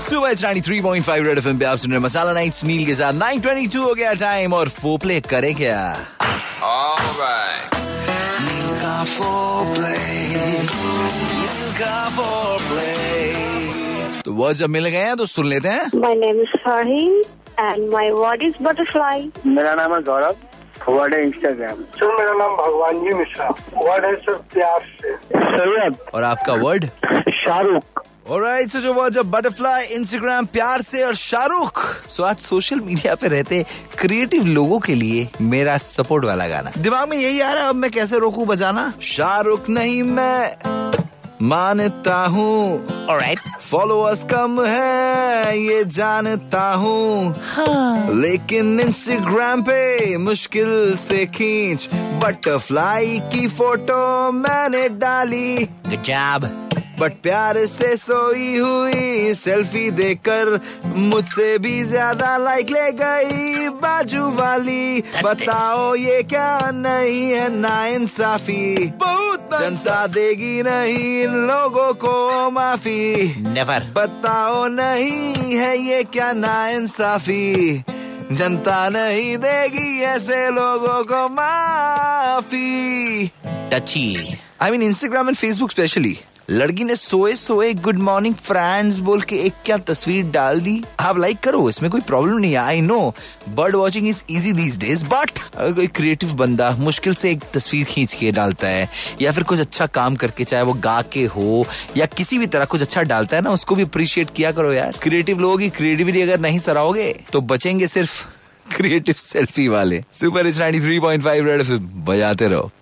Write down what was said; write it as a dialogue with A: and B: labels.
A: सुबह 93.5 red FM पे आप सुन रहे हैं मसाला नाइट्स नील के साथ 922 हो गया टाइम और फो प्ले करे क्या तो वर्ड जब मिल गए हैं तो सुन लेते हैं
B: My name is Fahim and my word is butterfly.
C: मेरा नाम है गौरव वर्ड है इंस्टाग्राम
D: सर मेरा नाम भगवान जी मिश्रा वर्ड है सर प्यार से
C: सैयद
A: और आपका वर्ड
C: शाहरुख
A: ऑलराइट सो जो वर्ड्स बटरफ्लाई इंस्टाग्राम प्यार से और शाहरुख सो आज सोशल मीडिया पे रहते क्रिएटिव लोगों के लिए मेरा सपोर्ट वाला गाना दिमाग में यही आ रहा है अब मैं कैसे रोकू बजाना शाहरुख नहीं मैं मानता हूँ
E: ऑलराइट
A: फॉलोअर्स कम है ये जानता हूँ लेकिन इंस्टाग्राम पे मुश्किल से खींच बटरफ्लाई की फोटो मैंने डाली
E: गुड जॉब
A: बट प्यार से सोई हुई सेल्फी देकर मुझसे भी ज्यादा लाइक ले गई बाजू वाली बताओ ये क्या नहीं है ना इंसाफी बहुत जनता देगी नहीं इन लोगों को माफी
E: नेवर
A: बताओ नहीं है ये क्या ना इंसाफी जनता नहीं देगी ऐसे लोगों को माफी
E: touchy
A: I mean Instagram and Facebook specially लड़की ने सोए सोए गुड मॉर्निंग फ्रेंड्स बोल के एक क्या तस्वीर डाल दी आप लाइक करो इसमें कोई प्रॉब्लम नहीं है I know bird watching is easy these days but अगर कोई क्रिएटिव बंदा मुश्किल से एक तस्वीर खींच के डालता है या फिर कुछ अच्छा काम करके चाहे वो गा के हो या किसी भी तरह कुछ अच्छा डालता है ना उसको भी अप्रिशिएट किया करो यार क्रिएटिव लोगों की क्रिएटिविटी अगर नहीं सराहोगे तो बचेंगे सिर्फ क्रिएटिव सेल्फी वाले सुपर इस 93.5 रेड एफएम बजाते रहो